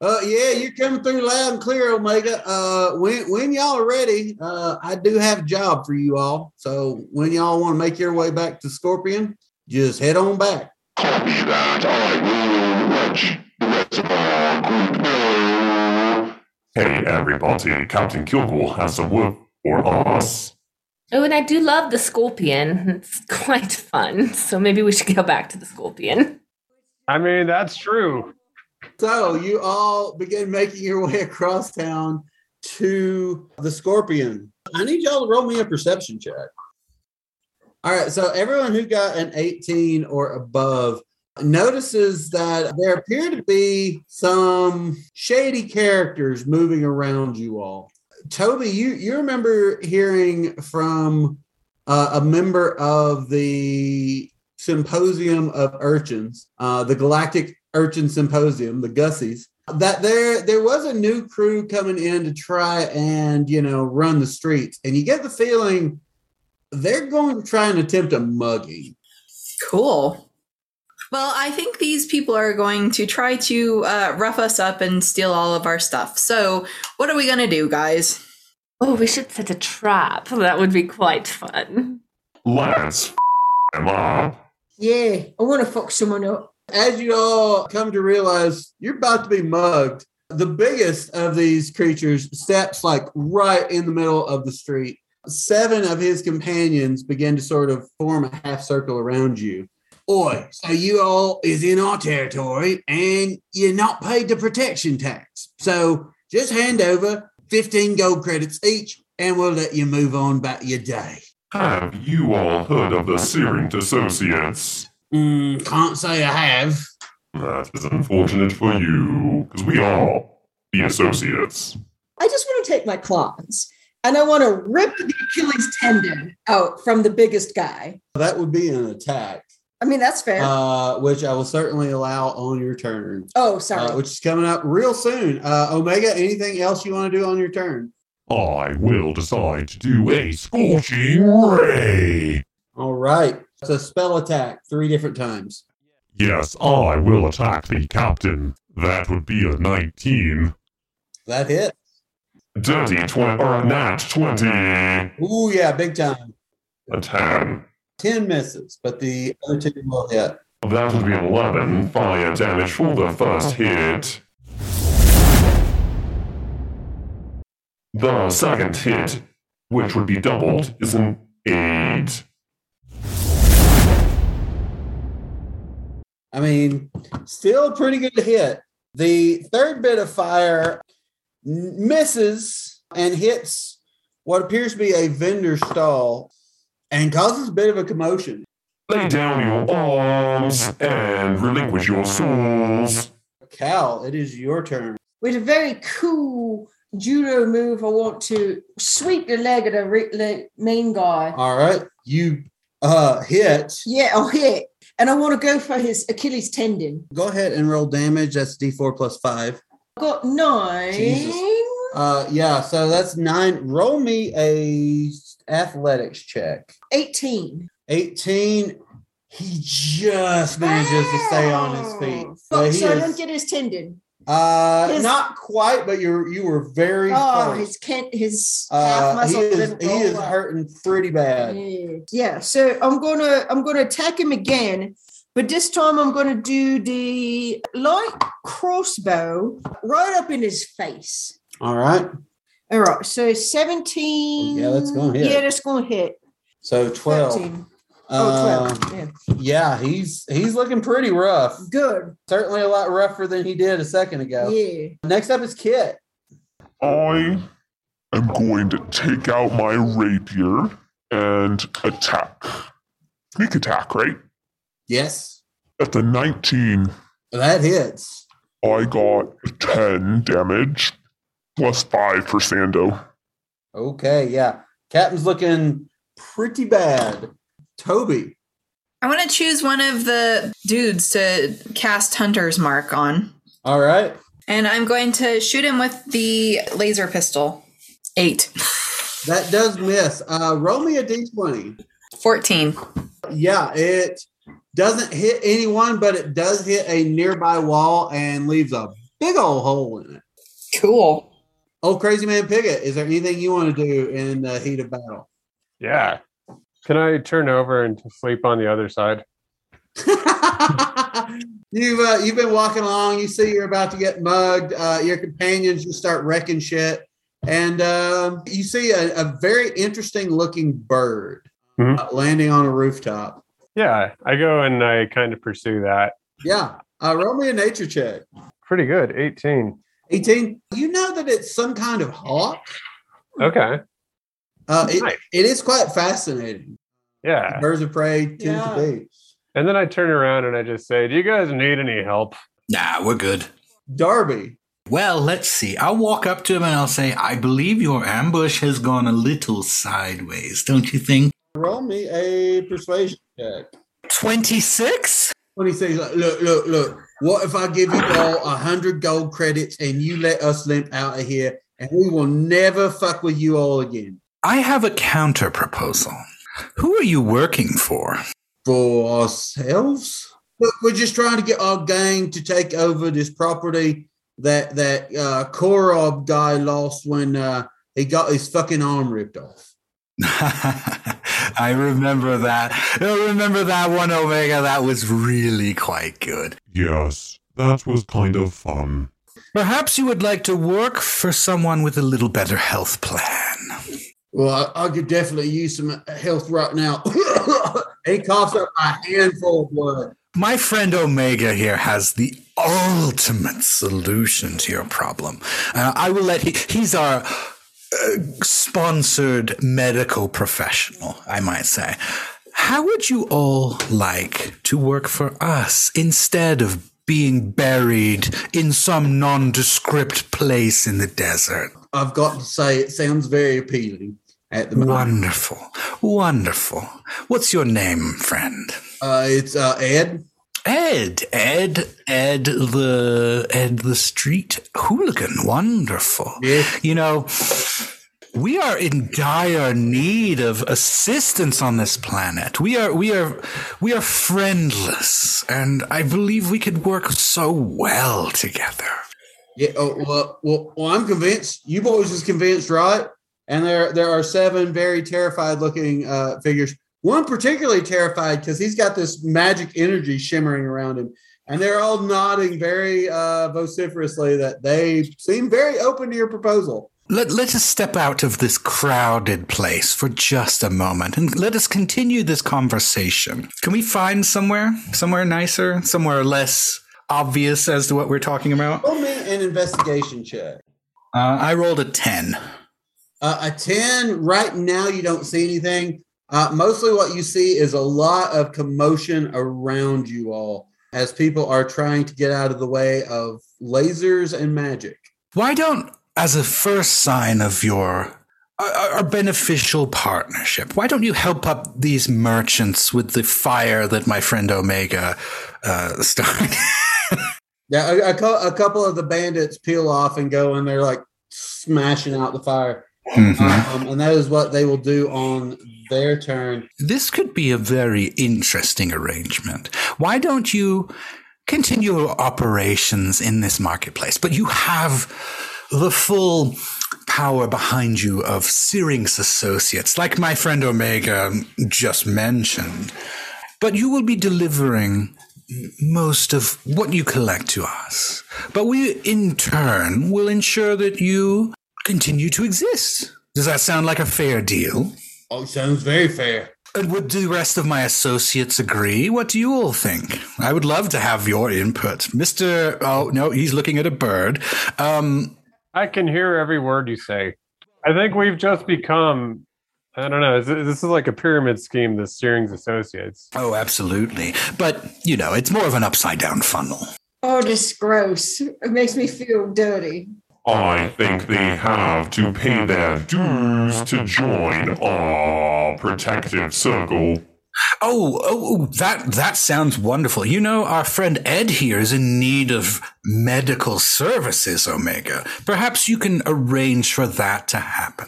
Speaker 11: Uh, yeah, you're coming through loud and clear, Omega. Uh, when when y'all are ready, uh, I do have a job for you all. So when y'all want to make your way back to Scorpion, just head on back.
Speaker 3: Hey, everybody, Captain Kilgore has some work for us.
Speaker 6: Oh, and I do love the scorpion. It's quite fun. So maybe we should go back to the scorpion.
Speaker 11: I mean, that's true. So you all begin making your way across town to the Scorpion. I need y'all to roll me a perception check. All right. So everyone who got an 18 or above notices that there appear to be some shady characters moving around you all. Toby, you you remember hearing from uh, a member of the Symposium of Urchins, uh, the Galactic Urchin Symposium, the Gussies, that there there was a new crew coming in to try and you know run the streets, and you get the feeling they're going to try and attempt a mugging.
Speaker 13: Cool. Well, I think these people are going to try to uh, rough us up and steal all of our stuff. So, what are we going to do, guys?
Speaker 6: Oh, we should set a trap. That would be quite fun.
Speaker 3: Let's Emma?
Speaker 9: Yeah, I want to fuck someone up.
Speaker 11: As you all come to realize, you're about to be mugged. The biggest of these creatures steps like right in the middle of the street. Seven of his companions begin to sort of form a half circle around you.
Speaker 15: Oi, so you all is in our territory and you're not paid the protection tax. So just hand over 15 gold credits each and we'll let you move on about your day.
Speaker 3: Have you all heard of the Searing Associates?
Speaker 15: Mm, can't say I have.
Speaker 3: That is unfortunate for you, because we are the Associates.
Speaker 9: I just want to take my claws and I want to rip the Achilles tendon out from the biggest guy.
Speaker 11: That would be an attack,
Speaker 9: I mean, that's fair.
Speaker 11: uh, which I will certainly allow on your turn,
Speaker 9: oh, sorry.
Speaker 11: uh, which is coming up real soon. Uh, Omega, anything else you want to do on your turn?
Speaker 3: I will decide to do a scorching ray.
Speaker 11: All right. It's a spell attack three different times.
Speaker 3: Yes, I will attack the captain. That would be a 19.
Speaker 11: That hit.
Speaker 3: Dirty 20, or a nat 20. A
Speaker 11: Ooh, yeah, big time.
Speaker 3: 10.
Speaker 11: 10 misses, but the other two will hit.
Speaker 3: That would be 11 fire damage for the first hit. The second hit, which would be doubled, is an 8.
Speaker 11: I mean, still pretty good to hit. The third bit of fire n- misses and hits what appears to be a vendor stall and causes a bit of a commotion.
Speaker 3: Lay down your arms and relinquish your souls.
Speaker 11: Cal, it is your turn.
Speaker 9: With a very cool judo move, I want to sweep the leg of the re- le- main guy.
Speaker 11: All right. You uh hit.
Speaker 9: Yeah, I'll hit. And I want to go for his Achilles tendon.
Speaker 11: Go ahead and roll damage. That's D4 plus five.
Speaker 9: I got nine.
Speaker 11: Jesus. Uh yeah, so that's nine. Roll me a athletics check.
Speaker 9: 18.
Speaker 11: 18. He just manages to stay on his feet.
Speaker 9: Fuck,
Speaker 11: But he
Speaker 9: so I
Speaker 11: is
Speaker 9: don't get his tendon.
Speaker 11: Uh,
Speaker 9: His-
Speaker 11: not quite, but you are you were very
Speaker 9: Oh,
Speaker 11: close.
Speaker 9: his can his half
Speaker 11: Uh, he
Speaker 9: muscle
Speaker 11: is
Speaker 9: didn't
Speaker 11: he
Speaker 9: roll
Speaker 11: is
Speaker 9: up.
Speaker 11: hurting pretty bad.
Speaker 9: Yeah. Yeah, so I'm gonna I'm gonna attack him again, but this time I'm gonna do the light crossbow right up in his face.
Speaker 11: All right,
Speaker 9: All right, so 17.
Speaker 11: Yeah, that's gonna hit.
Speaker 9: Yeah, that's gonna hit.
Speaker 11: so twelve.
Speaker 9: 13. Oh, 12.
Speaker 11: Um,
Speaker 9: yeah.
Speaker 11: yeah, he's he's looking pretty rough.
Speaker 9: Good.
Speaker 11: Certainly a lot rougher than he did a second ago.
Speaker 9: Yeah.
Speaker 11: Next up is Kit.
Speaker 3: I am going to take out my rapier and attack. Sneak attack, right?
Speaker 11: Yes,
Speaker 3: At the 19,
Speaker 11: that hits.
Speaker 3: I got 10 damage plus 5 for Sando.
Speaker 11: Okay, yeah. Captain's looking pretty bad. Toby.
Speaker 13: I want to choose one of the dudes to cast Hunter's Mark on.
Speaker 11: All right.
Speaker 13: And I'm going to shoot him with the laser pistol. Eight.
Speaker 11: That does miss. Uh, roll me a d20.
Speaker 13: 14.
Speaker 11: Yeah, it doesn't hit anyone, but it does hit a nearby wall and leaves a big old hole in it.
Speaker 13: Cool.
Speaker 11: Oh, crazy man Piggott, is there anything you want to do in the heat of battle?
Speaker 17: Yeah. Can I turn over and sleep on the other side?
Speaker 11: <laughs> You've uh, you've been walking along. You see you're about to get mugged. Uh, your companions just start wrecking shit, and um, you see a, a very interesting looking bird
Speaker 17: Mhm.
Speaker 11: uh, landing on a rooftop.
Speaker 17: Yeah. I go and I kind of pursue that.
Speaker 11: Yeah, uh, roll me a nature check.
Speaker 17: Pretty good. 18.
Speaker 11: 18. You know that it's some kind of hawk.
Speaker 17: Okay.
Speaker 11: Uh, it, it is quite fascinating.
Speaker 17: Yeah.
Speaker 11: Birds of prey tend
Speaker 17: Yeah.
Speaker 11: to be.
Speaker 17: And then I turn around and I just say, Do you guys need any help?
Speaker 12: Nah, we're good.
Speaker 11: Darby.
Speaker 12: Well, let's see. I'll walk up to him and I'll say, I believe your ambush has gone a little sideways, don't you think?
Speaker 11: Roll me a persuasion check.
Speaker 15: 26?
Speaker 11: 26. Like, look, look, look. What if I give you all a 100 gold credits and you let us limp out of here and we will never fuck with you all again?
Speaker 12: I have a counter proposal. Who are you working for?
Speaker 11: For ourselves? Look, we're just trying to get our gang to take over this property that that uh, Korob guy lost when uh, he got his fucking arm ripped off.
Speaker 12: <laughs> I remember that. I remember that one, Omega. That was really quite good.
Speaker 3: Yes, that was kind of fun.
Speaker 12: Perhaps you would like to work for someone with a little better health plan.
Speaker 11: Well, I, I could definitely use some health right now. <coughs> he coughs up a handful of blood.
Speaker 12: My friend Omega here has the ultimate solution to your problem. Uh, I will let he, he's our uh, sponsored medical professional, I might say. How would you all like to work for us instead of being buried in some nondescript place in the desert?
Speaker 11: I've got to say, it sounds very appealing at the moment.
Speaker 12: Wonderful. Wonderful. What's your name, friend?
Speaker 11: Uh, it's uh, Ed.
Speaker 12: Ed, Ed, Ed the Ed the street hooligan. Wonderful. You know, we are in dire need of assistance on this planet. We are we are we are friendless, and I believe we could work so well together.
Speaker 11: Yeah. Oh, well, well, well, I'm convinced. You boys is convinced, right? And there, there are seven very terrified-looking uh, figures. One particularly terrified because he's got this magic energy shimmering around him, and they're all nodding very uh, vociferously that they seem very open to your proposal.
Speaker 12: Let, let us step out of this crowded place for just a moment and let us continue this conversation. Can we find somewhere? Somewhere nicer? Somewhere less obvious as to what we're talking about?
Speaker 11: Roll me an investigation check.
Speaker 12: Uh, I rolled a 10.
Speaker 11: Uh, a ten. Right now, you don't see anything. Uh, mostly, what you see is a lot of commotion around you all as people are trying to get out of the way of lasers and magic.
Speaker 12: Why don't, as a first sign of your our our beneficial partnership, why don't you help up these merchants with the fire that my friend Omega uh, started?
Speaker 11: Yeah, a, a, cou- a couple of the bandits peel off and go, and they're like smashing out the fire. Um, and that is what they will do on their turn.
Speaker 12: This could be a very interesting arrangement. Why don't you continue your operations in this marketplace? But you have the full power behind you of Syrinx Associates, like my friend Omega just mentioned. But you will be delivering most of what you collect to us. But we, in turn, will ensure that you continue to exist. Does that sound like a fair deal?
Speaker 11: Oh, sounds very fair.
Speaker 12: And would the rest of my associates agree? What do you all think? I would love to have your input. Mr. Oh, no, he's looking at a bird. Um,
Speaker 17: I can hear every word you say. I think we've just become. I don't know. This this is like a pyramid scheme. The Steering's Associates.
Speaker 12: Oh, absolutely. But, you know, it's more of an upside down funnel.
Speaker 16: Oh, this is gross. It makes me feel dirty.
Speaker 3: I think they have to pay their dues to join our protective circle.
Speaker 12: Oh, oh, oh, that that sounds wonderful. You know, our friend Ed here is in need of medical services, Omega. Perhaps you can arrange for that to happen.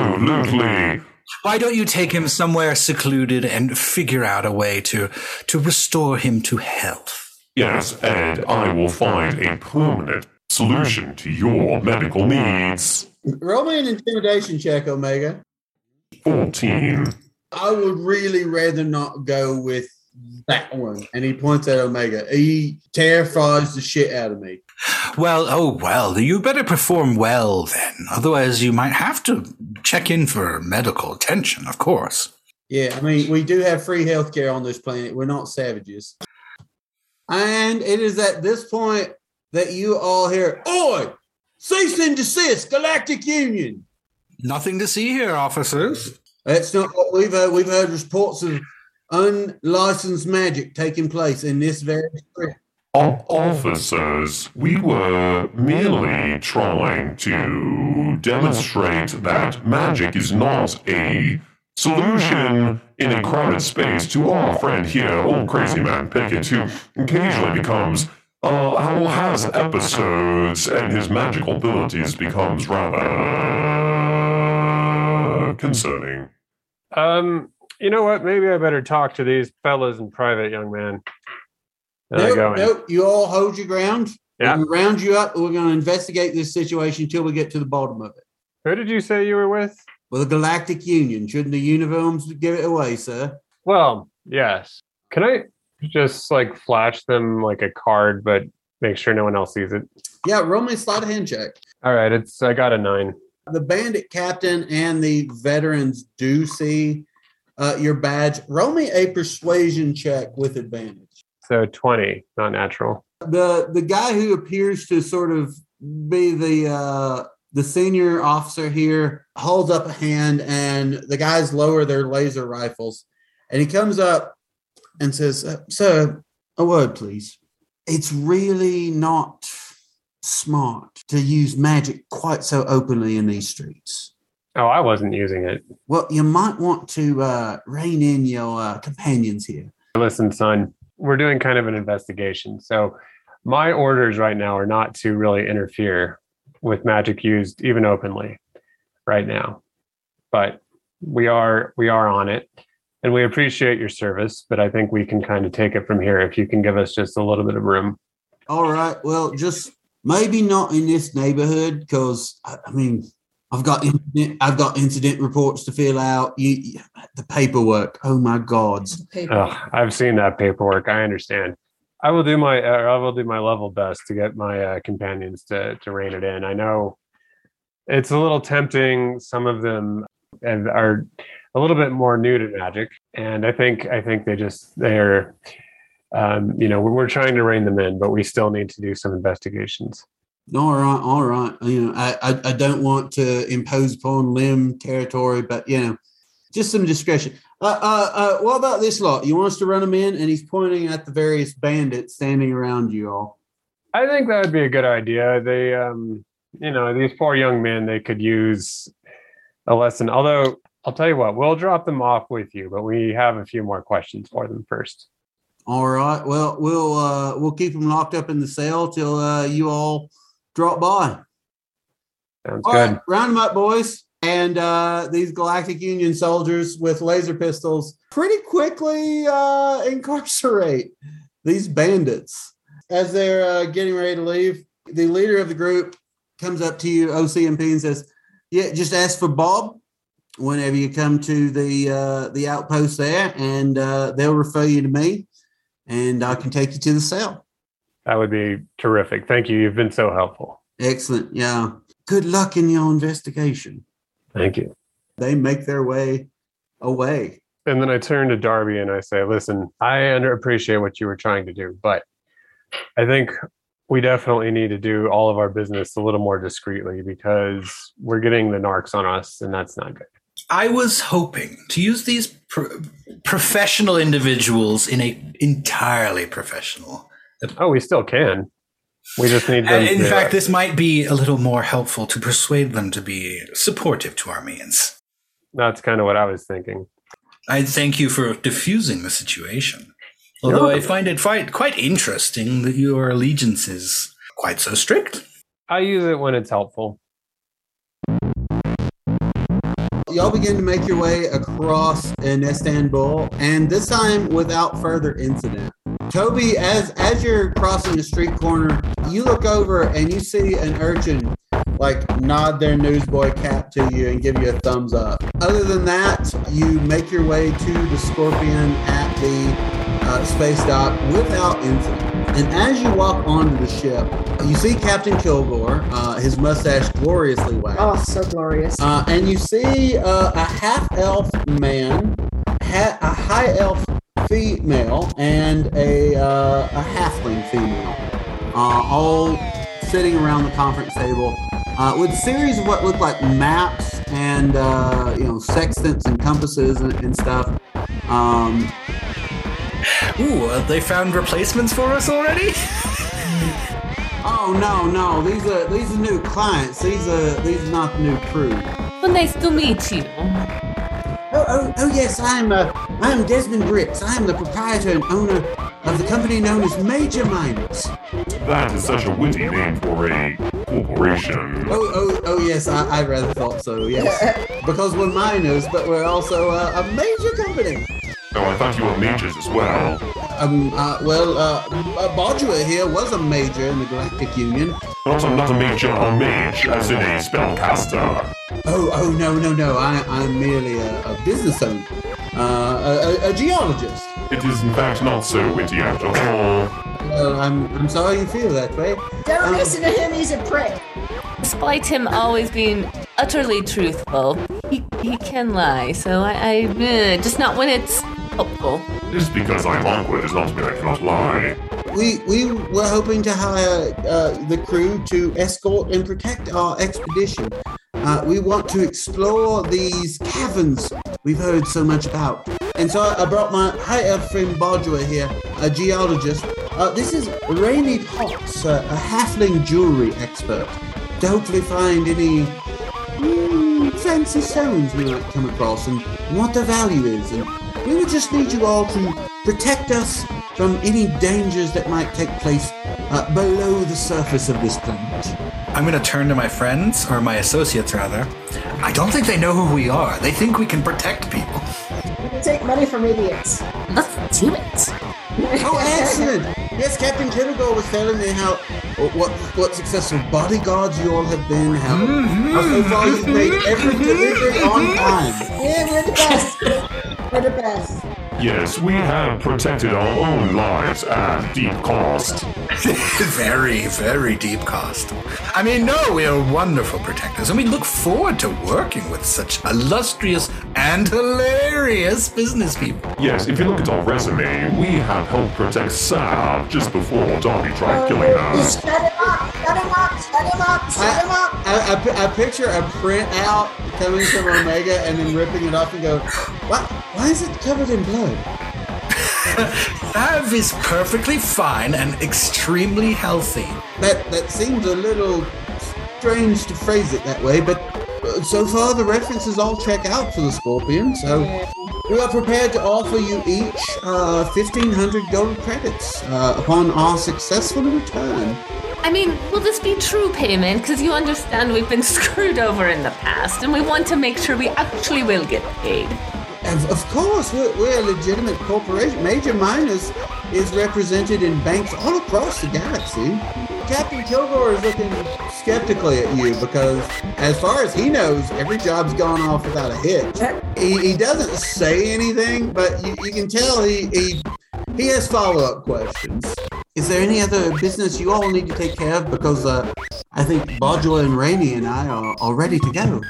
Speaker 3: Absolutely.
Speaker 12: Why don't you take him somewhere secluded and figure out a way to to restore him to health?
Speaker 3: Yes, Ed, I will find a permanent solution to your medical needs.
Speaker 11: Roll me an intimidation check, Omega.
Speaker 3: 14.
Speaker 11: I would really rather not go with that one. And he points at Omega. He terrifies the shit out of me.
Speaker 12: Well, oh well, you better perform well then. Otherwise, you might have to check in for medical attention, of course.
Speaker 11: Yeah, I mean, we do have free healthcare on this planet. We're not savages. And it is at this point that you all hear, Oi, cease and desist, Galactic Union.
Speaker 12: Nothing to see here, officers.
Speaker 11: That's not what we've heard. We've heard reports of unlicensed magic taking place in this very strip.
Speaker 3: O- officers, we were merely trying to demonstrate that magic is not a solution in a crowded space to our friend here, old crazy man Pickett, who occasionally becomes uh, how has episodes and his magical abilities becomes rather concerning.
Speaker 17: Um, you know what? Maybe I better talk to these fellas in private, young man. And I
Speaker 11: Nope,
Speaker 17: go in.
Speaker 11: nope. You all hold your ground.
Speaker 17: Yeah.
Speaker 11: We're gonna round you up. We're going to investigate this situation until we get to the bottom of it.
Speaker 17: Who did you say you were with?
Speaker 11: Well, the Galactic Union. Shouldn't the uniforms give it away, sir?
Speaker 17: Well, yes. Can I just like flash them like a card, but make sure no one else sees it?
Speaker 11: Yeah, roll me a sleight of hand check.
Speaker 17: All right, it's I got a nine.
Speaker 11: The bandit captain and the veterans do see uh, your badge. Roll me a persuasion check with advantage.
Speaker 17: So twenty, not natural.
Speaker 11: The the guy who appears to sort of be the uh, the senior officer here holds up a hand, and the guys lower their laser rifles, and he comes up and says, uh, "Sir, a word, please. It's really not smart to use magic quite so openly in these streets."
Speaker 17: Oh, I wasn't using it.
Speaker 11: Well, you might want to uh, rein in your uh, companions here.
Speaker 17: Listen, son, we're doing kind of an investigation. So my orders right now are not to really interfere with magic used even openly right now. But we are we are on it. And we appreciate your service, but I think we can kind of take it from here if you can give us just a little bit of room.
Speaker 11: All right. Well, just maybe not in this neighborhood because I I mean I've got incident, I've got incident reports to fill out. You, you- the paperwork. Oh my God!
Speaker 17: Ugh, I've seen that paperwork. I understand. I will do my uh, I will do my level best to get my uh, companions to to rein it in. I know it's a little tempting. Some of them and are a little bit more new to magic, and I think I think they just they're um, you know we're, we're trying to rein them in, but we still need to do some investigations.
Speaker 11: All right, all right. You know, I, I I don't want to impose upon limb territory, but you know, just some discretion. Uh, uh, uh, what about this lot? You want us to run them in? And he's pointing at the various bandits standing around you all.
Speaker 17: I think that would be a good idea. They, um, you know, these poor young men, they could use a lesson. Although, I'll tell you what, we'll drop them off with you, but we have a few more questions for them first.
Speaker 11: All right. Well, we'll uh, we'll keep them locked up in the cell till uh, you all drop by.
Speaker 17: Sounds
Speaker 11: All
Speaker 17: good.
Speaker 11: right, round them up, boys. And uh, these Galactic Union soldiers with laser pistols pretty quickly uh, incarcerate these bandits. As they're uh, getting ready to leave, the leader of the group comes up to you, OCMP, and says, Yeah, just ask for Bob whenever you come to the uh, the outpost there, and uh, they'll refer you to me, and I can take you to the cell.
Speaker 17: That would be terrific. Thank you. You've been so helpful.
Speaker 11: Excellent. Yeah. Good luck in your investigation.
Speaker 17: Thank you.
Speaker 11: They make their way away.
Speaker 17: And then I turn to Darby and I say, listen, I under- appreciate what you were trying to do, but I think we definitely need to do all of our business a little more discreetly because we're getting the narcs on us, and that's not good.
Speaker 12: I was hoping to use these pro- professional individuals in a entirely professional.
Speaker 17: Oh, we still can. We just need them.
Speaker 12: And in
Speaker 17: to-
Speaker 12: fact, this might be a little more helpful to persuade them to be supportive to our means.
Speaker 17: That's kind of what I was thinking.
Speaker 12: I thank you for diffusing the situation. Although I find it quite, quite interesting that your allegiance is quite so strict.
Speaker 17: I use it when it's helpful.
Speaker 11: Y'all begin to make your way across in Istanbul, and this time without further incident. Toby, as as you're crossing the street corner, you look over and you see an urchin like nod their newsboy cap to you and give you a thumbs up. Other than that, you make your way to the Scorpion at the uh, space dock without incident. And as you walk onto the ship, you see Captain Kilgore, uh, his mustache gloriously waxed.
Speaker 16: Oh, so glorious.
Speaker 11: Uh, and you see uh, a half elf man, ha- a high elf female, and a, uh, a halfling female, uh, all sitting around the conference table uh, with series of what look like maps and uh, you know sextants and compasses and, and stuff. Um,
Speaker 12: Ooh, uh, they found replacements for us already?
Speaker 11: oh no, no, these are these are new clients. These are these are not the new crew.
Speaker 6: So nice to meet you.
Speaker 11: Oh, oh, oh yes, I'm uh, I'm Desmond Bricks. I'm the proprietor and owner of the company known as Major Miners.
Speaker 3: That is such a witty name for a corporation.
Speaker 11: Oh, oh, oh yes, I, I rather thought so. Yes, because we're miners, but we're also uh, a major company.
Speaker 3: Oh, I thought you were mages as well.
Speaker 11: Um, uh, well, uh, uh, Baldua here was a major in the Galactic Union.
Speaker 3: Not a, not a major, a mage, as in a spellcaster.
Speaker 11: Oh, oh no, no, no! I, I'm merely a, a business owner, uh, a, a, a geologist.
Speaker 3: It is in fact not so witty after all.
Speaker 11: Uh, I'm, I'm sorry you feel that way.
Speaker 9: Don't listen to him, he's a prick.
Speaker 6: Despite him always being utterly truthful, he, he can lie, so I, I eh, just not when it's helpful.
Speaker 3: Just because I'm awkward does not mean I cannot lie.
Speaker 11: We we were hoping to hire uh, the crew to escort and protect our expedition. Uh, we want to explore these caverns we've heard so much about. And so I, I brought my high elf friend Bajua here, a geologist. Uh, this is Rainy Potts, uh, a halfling jewelry expert, to hopefully find any mm, fancy stones we might come across and what their value is. And we would just need you all to protect us from any dangers that might take place uh, below the surface of this planet.
Speaker 12: I'm going to turn to my friends, or my associates rather. I don't think they know who we are. They think we can protect people. <laughs>
Speaker 16: You take money from idiots.
Speaker 11: Let's do it. oh, excellent! Yes, Captain Kittergold was telling me how uh, what what successful bodyguards you all have been, how, how so far you've made every delivery on time.
Speaker 16: Yeah, we're the best. we're the best.
Speaker 3: Yes, we have protected our own lives at deep cost.
Speaker 12: very, very deep cost. I mean, no, we are wonderful protectors, and we look forward to working with such illustrious and hilarious business people.
Speaker 3: Yes, if you look at our resume, we have helped protect Saab just before Darby tried killing her.
Speaker 16: Shut him up! Shut him up! Shut him up! Shut him up!
Speaker 11: I, I pi- I picture a printout coming from Omega and then ripping it off and go, why, why is it covered in blood?
Speaker 12: Sav is perfectly fine and extremely healthy.
Speaker 11: That that seems a little strange to phrase it that way, but uh, so far the references all check out for the scorpion. So we are prepared to offer you each uh, fifteen hundred gold credits uh, upon our successful return.
Speaker 6: I mean, will this be true payment? Because you understand we've been screwed over in the past, and we want to make sure we actually will get paid.
Speaker 11: Of, of course, we're, we're a legitimate corporation. Major Miners is represented in banks all across the galaxy. Captain Kilgore is looking skeptically at you because, as far as he knows, every job's gone off without a hitch. He, he doesn't say anything, but you, you can tell he, he, he has follow up questions. Is there any other business you all need to take care of? Because uh, I think Bajula and Rainey and I are, are ready to go.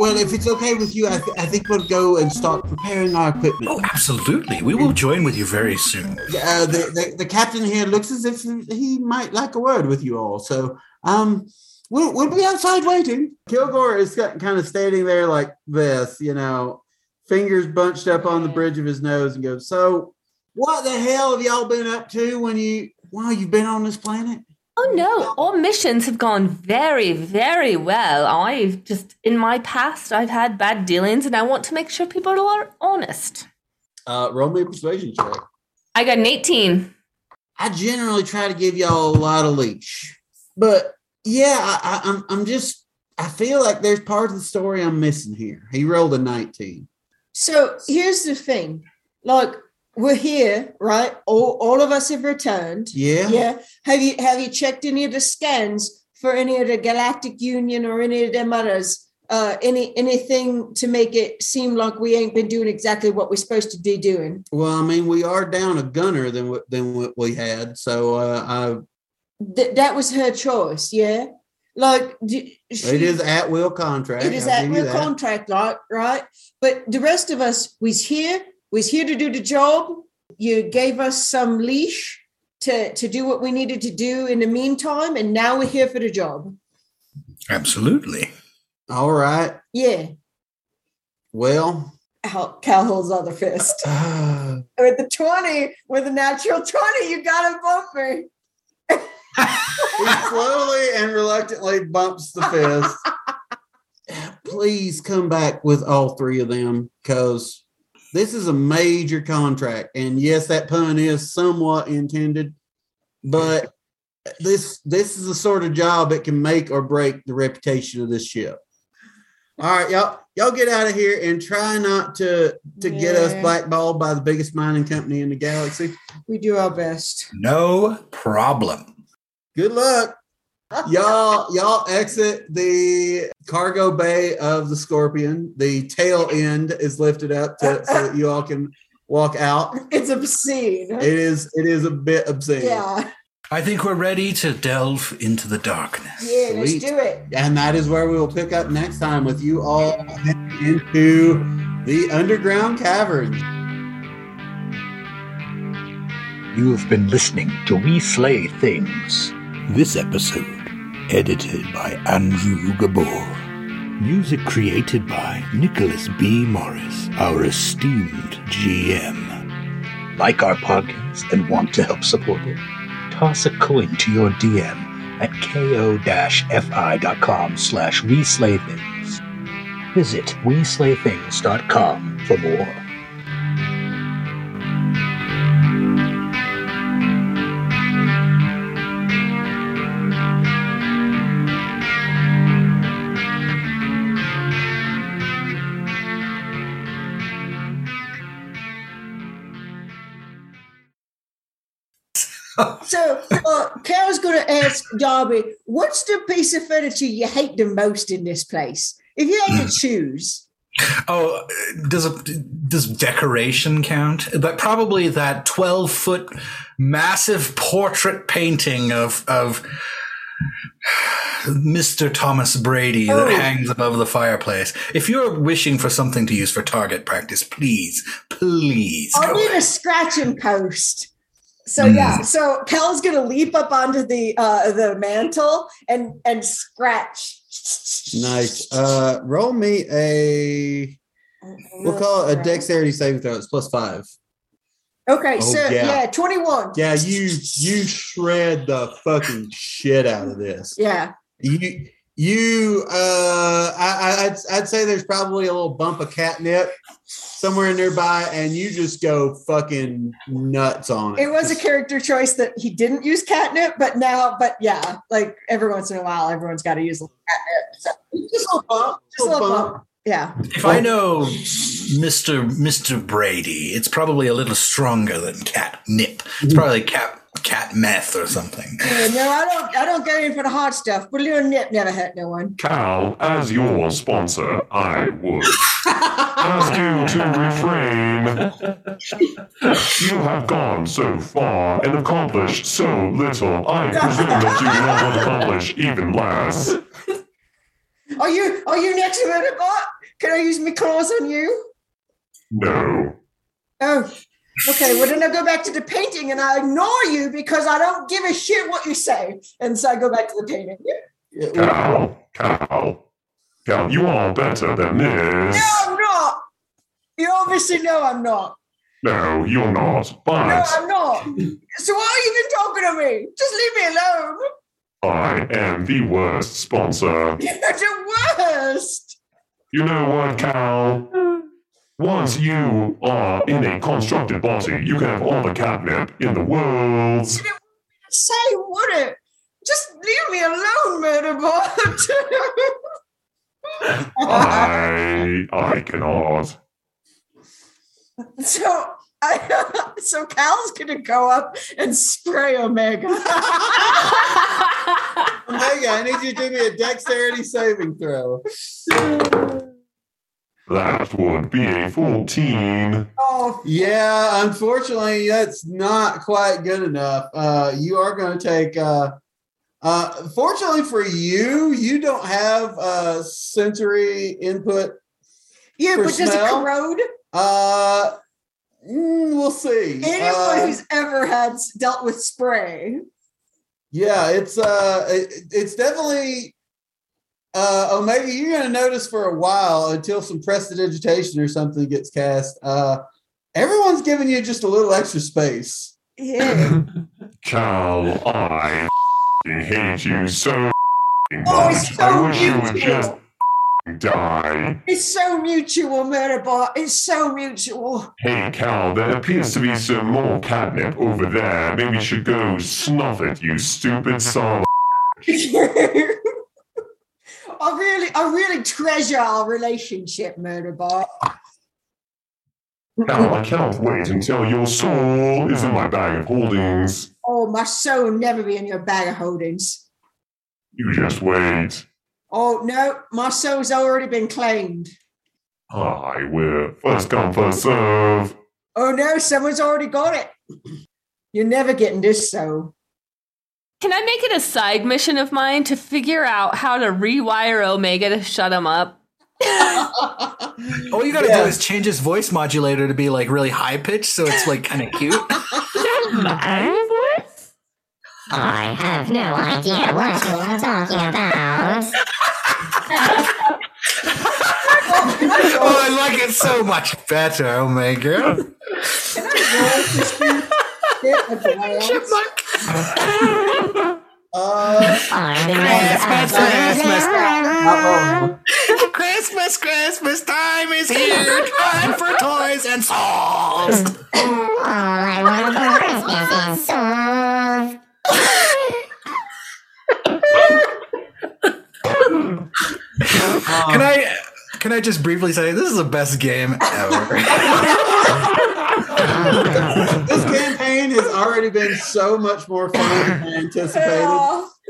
Speaker 11: Well, if it's okay with you, I, th- I think we'll go and start preparing our equipment.
Speaker 12: Oh, absolutely. We will join with you very soon.
Speaker 11: Uh, the, the, the captain here looks as if he might like a word with you all. So um, we'll, we'll be outside waiting. Kilgore is got- kind of standing there like this, you know, fingers bunched up on the bridge of his nose and goes, So what the hell have y'all been up to when you, while you've been on this planet?
Speaker 6: Oh no, all missions have gone very, very well. I've just, in my past, I've had bad dealings and I want to make sure people are honest.
Speaker 11: Uh, roll me a persuasion check.
Speaker 6: I got an 18.
Speaker 11: I generally try to give y'all a lot of leash, but yeah, I, I, I'm, I'm just, I feel like there's part of the story I'm missing here. He rolled a 19.
Speaker 9: So here's the thing. Like we're here, right? All, all of us have returned.
Speaker 11: Yeah.
Speaker 9: Yeah. Have you have you checked any of the scans for any of the Galactic Union or any of them others? Uh, any anything to make it seem like we ain't been doing exactly what we're supposed to be doing?
Speaker 11: Well, I mean, we are down a gunner than what than what we had, so uh,
Speaker 9: Th- that was her choice. Yeah. Like d-
Speaker 11: I, it is at will contract.
Speaker 9: it is
Speaker 11: I'll
Speaker 9: that
Speaker 11: give you
Speaker 9: real
Speaker 11: that.
Speaker 9: contract lot, right? But the rest of us was here, was here to do the job. You gave us some leash to to do what we needed to do in the meantime, and now we're here for the job.
Speaker 12: Absolutely.
Speaker 11: All right.
Speaker 9: Yeah. <sighs>
Speaker 11: Well, <sighs>
Speaker 9: Al, Cal holds other fist. <laughs> with the 20, with a natural 20, you gotta bump me.
Speaker 11: he slowly and reluctantly bumps the fist. Please come back with all three of them because this is a major contract. And yes, that pun is somewhat intended, but this this is the sort of job that can make or break the reputation of this ship. All right, y'all, y'all get out of here and try not to to get us
Speaker 9: Yeah.
Speaker 11: blackballed by the biggest mining company in the galaxy.
Speaker 9: We do our best.
Speaker 12: No problem.
Speaker 11: Good luck. y'all y'all exit the cargo bay of the scorpion the tail end is lifted up to, so that you all can walk out
Speaker 9: it's obscene
Speaker 11: it is it is a bit obscene
Speaker 9: yeah
Speaker 12: I think we're ready to delve into the darkness.
Speaker 9: yeah let's
Speaker 11: Sweet.
Speaker 9: do it
Speaker 11: and that is where we will pick up next time with you all heading into the underground cavern
Speaker 18: You have been listening to We Slay Things.
Speaker 1: This episode, edited by Andrew Gabor. Music created by Nicholas B. Morris, our esteemed GM.
Speaker 18: Like our podcast and want to help support it? Toss a coin to your DM at ko-fi.com slash we slay things. Visit weslaythings.com for more.
Speaker 9: so uh, carol's going to ask darby what's the piece of furniture you hate the most in this place if you
Speaker 11: Hmm.
Speaker 9: had to choose
Speaker 12: Oh, uh, does a, does decoration count? But probably that twelve foot massive portrait painting of of Mr. Thomas Brady
Speaker 9: Oh.
Speaker 12: that hangs above the fireplace. If you're wishing for something to use for target practice, please, please.
Speaker 9: I'll need a scratch and post. So
Speaker 11: Hmm.
Speaker 12: Mm.
Speaker 9: yeah, so Cal's gonna leap up onto the uh the mantle and and scratch.
Speaker 11: nice uh roll me a we'll call it a dexterity saving throw it's plus five
Speaker 9: Okay,
Speaker 11: Oh,
Speaker 9: so
Speaker 11: yeah.
Speaker 9: yeah, 21.
Speaker 11: Yeah, you you shred the fucking shit out of this.
Speaker 9: Yeah.
Speaker 11: You you uh I, I I'd, I'd say there's probably a little bump of catnip somewhere nearby, and you just go fucking nuts on it.
Speaker 9: It was a character choice that he didn't use catnip, but now, but yeah, like every once in a while, everyone's got to use a little catnip. So just a little bump, just a
Speaker 11: Oh,
Speaker 9: little bump. Yeah.
Speaker 12: If I know Mr. Mr. Brady, it's probably a little stronger than cat nip. It's probably cat cat meth or something.
Speaker 9: Yeah, Uh, no, I don't. I don't go in for the hard stuff. But a little nip never hurt no
Speaker 3: <laughs>
Speaker 9: one.
Speaker 3: Cal, as your sponsor, I would ask you to refrain. You have gone so far and accomplished so little. I presume that you now will accomplish even less.
Speaker 9: Are you? Are you next to it? Can I use my claws on you?
Speaker 3: No.
Speaker 9: Oh, okay. Well, then I go back to the painting and I ignore you because I don't give a shit what you say. And so I go back to the painting.
Speaker 3: Cal, Cal, Cal, you are better than
Speaker 9: No,
Speaker 3: this.
Speaker 9: I'm not. You obviously know I'm not.
Speaker 3: No, you're not.
Speaker 9: No,
Speaker 3: But
Speaker 9: I'm not. So why are you even talking to me? Just leave me alone. <laughs>
Speaker 3: I am the worst sponsor.
Speaker 9: You're the worst.
Speaker 3: You know what, Cal? Once you are in a constructed body, you can have all the catnip in the world.
Speaker 9: Say would it? Just leave me alone, Murderbot.
Speaker 3: I I cannot.
Speaker 9: <laughs> so I, <laughs> so Cal's gonna go up and spray Omega.
Speaker 11: Omega, I need you to do me a dexterity saving throw.
Speaker 3: That would be a 14.
Speaker 9: <laughs> Oh
Speaker 11: yeah, unfortunately, that's not quite good enough. Uh, you are going to take. Uh, uh, fortunately for you, you don't have uh, sensory input.
Speaker 9: Yeah,
Speaker 11: for
Speaker 9: but does it
Speaker 11: smell.
Speaker 9: corrode?
Speaker 11: Uh, mm, we'll see.
Speaker 9: Anyone
Speaker 11: Uh,
Speaker 9: who's ever had s- dealt with spray.
Speaker 11: Yeah, it's uh, it, it's definitely uh, Omega. You're going to notice for a while until some prestidigitation or something gets cast. Uh, everyone's giving you just a little extra space.
Speaker 9: Yeah.
Speaker 3: Cal, I f***ing hate you so f***ing
Speaker 9: Oh, it's
Speaker 3: much.
Speaker 9: so
Speaker 3: <laughs> I wish you would
Speaker 9: mutual.
Speaker 3: just f***ing die.
Speaker 9: It's so mutual, Murderbot. It's so mutual.
Speaker 3: Hey, Cal, there appears to be some more catnip over there. Maybe you should go snuff it, you stupid son. of
Speaker 9: <laughs> I really, I really treasure our relationship, Murderbot.
Speaker 3: a- Cal, I cannot wait until your soul is in my bag of holdings.
Speaker 9: Oh, my soul will never be in your bag of holdings.
Speaker 3: You just wait.
Speaker 9: Oh no, my soul's already been claimed.
Speaker 3: I will. First come, first serve.
Speaker 9: Oh no, someone's already got it. <clears throat> You're never getting this soul.
Speaker 6: <laughs>
Speaker 9: <laughs>
Speaker 6: Can I make it a side mission of mine to figure out how to rewire Omega to shut him up?
Speaker 12: All you gotta do is change his voice modulator to be like really high pitched, so it's like kind of cute.
Speaker 13: I have no idea what you're talking about.
Speaker 12: oh, I like it so much better, Omega.
Speaker 11: Uh,
Speaker 12: Christmas, Christmas time is here. Time for toys and songs.
Speaker 13: All I want for Christmas is souls.
Speaker 12: Can I? Can I just briefly say this is the best game ever?
Speaker 11: this campaign has already been so much more fun than anticipated.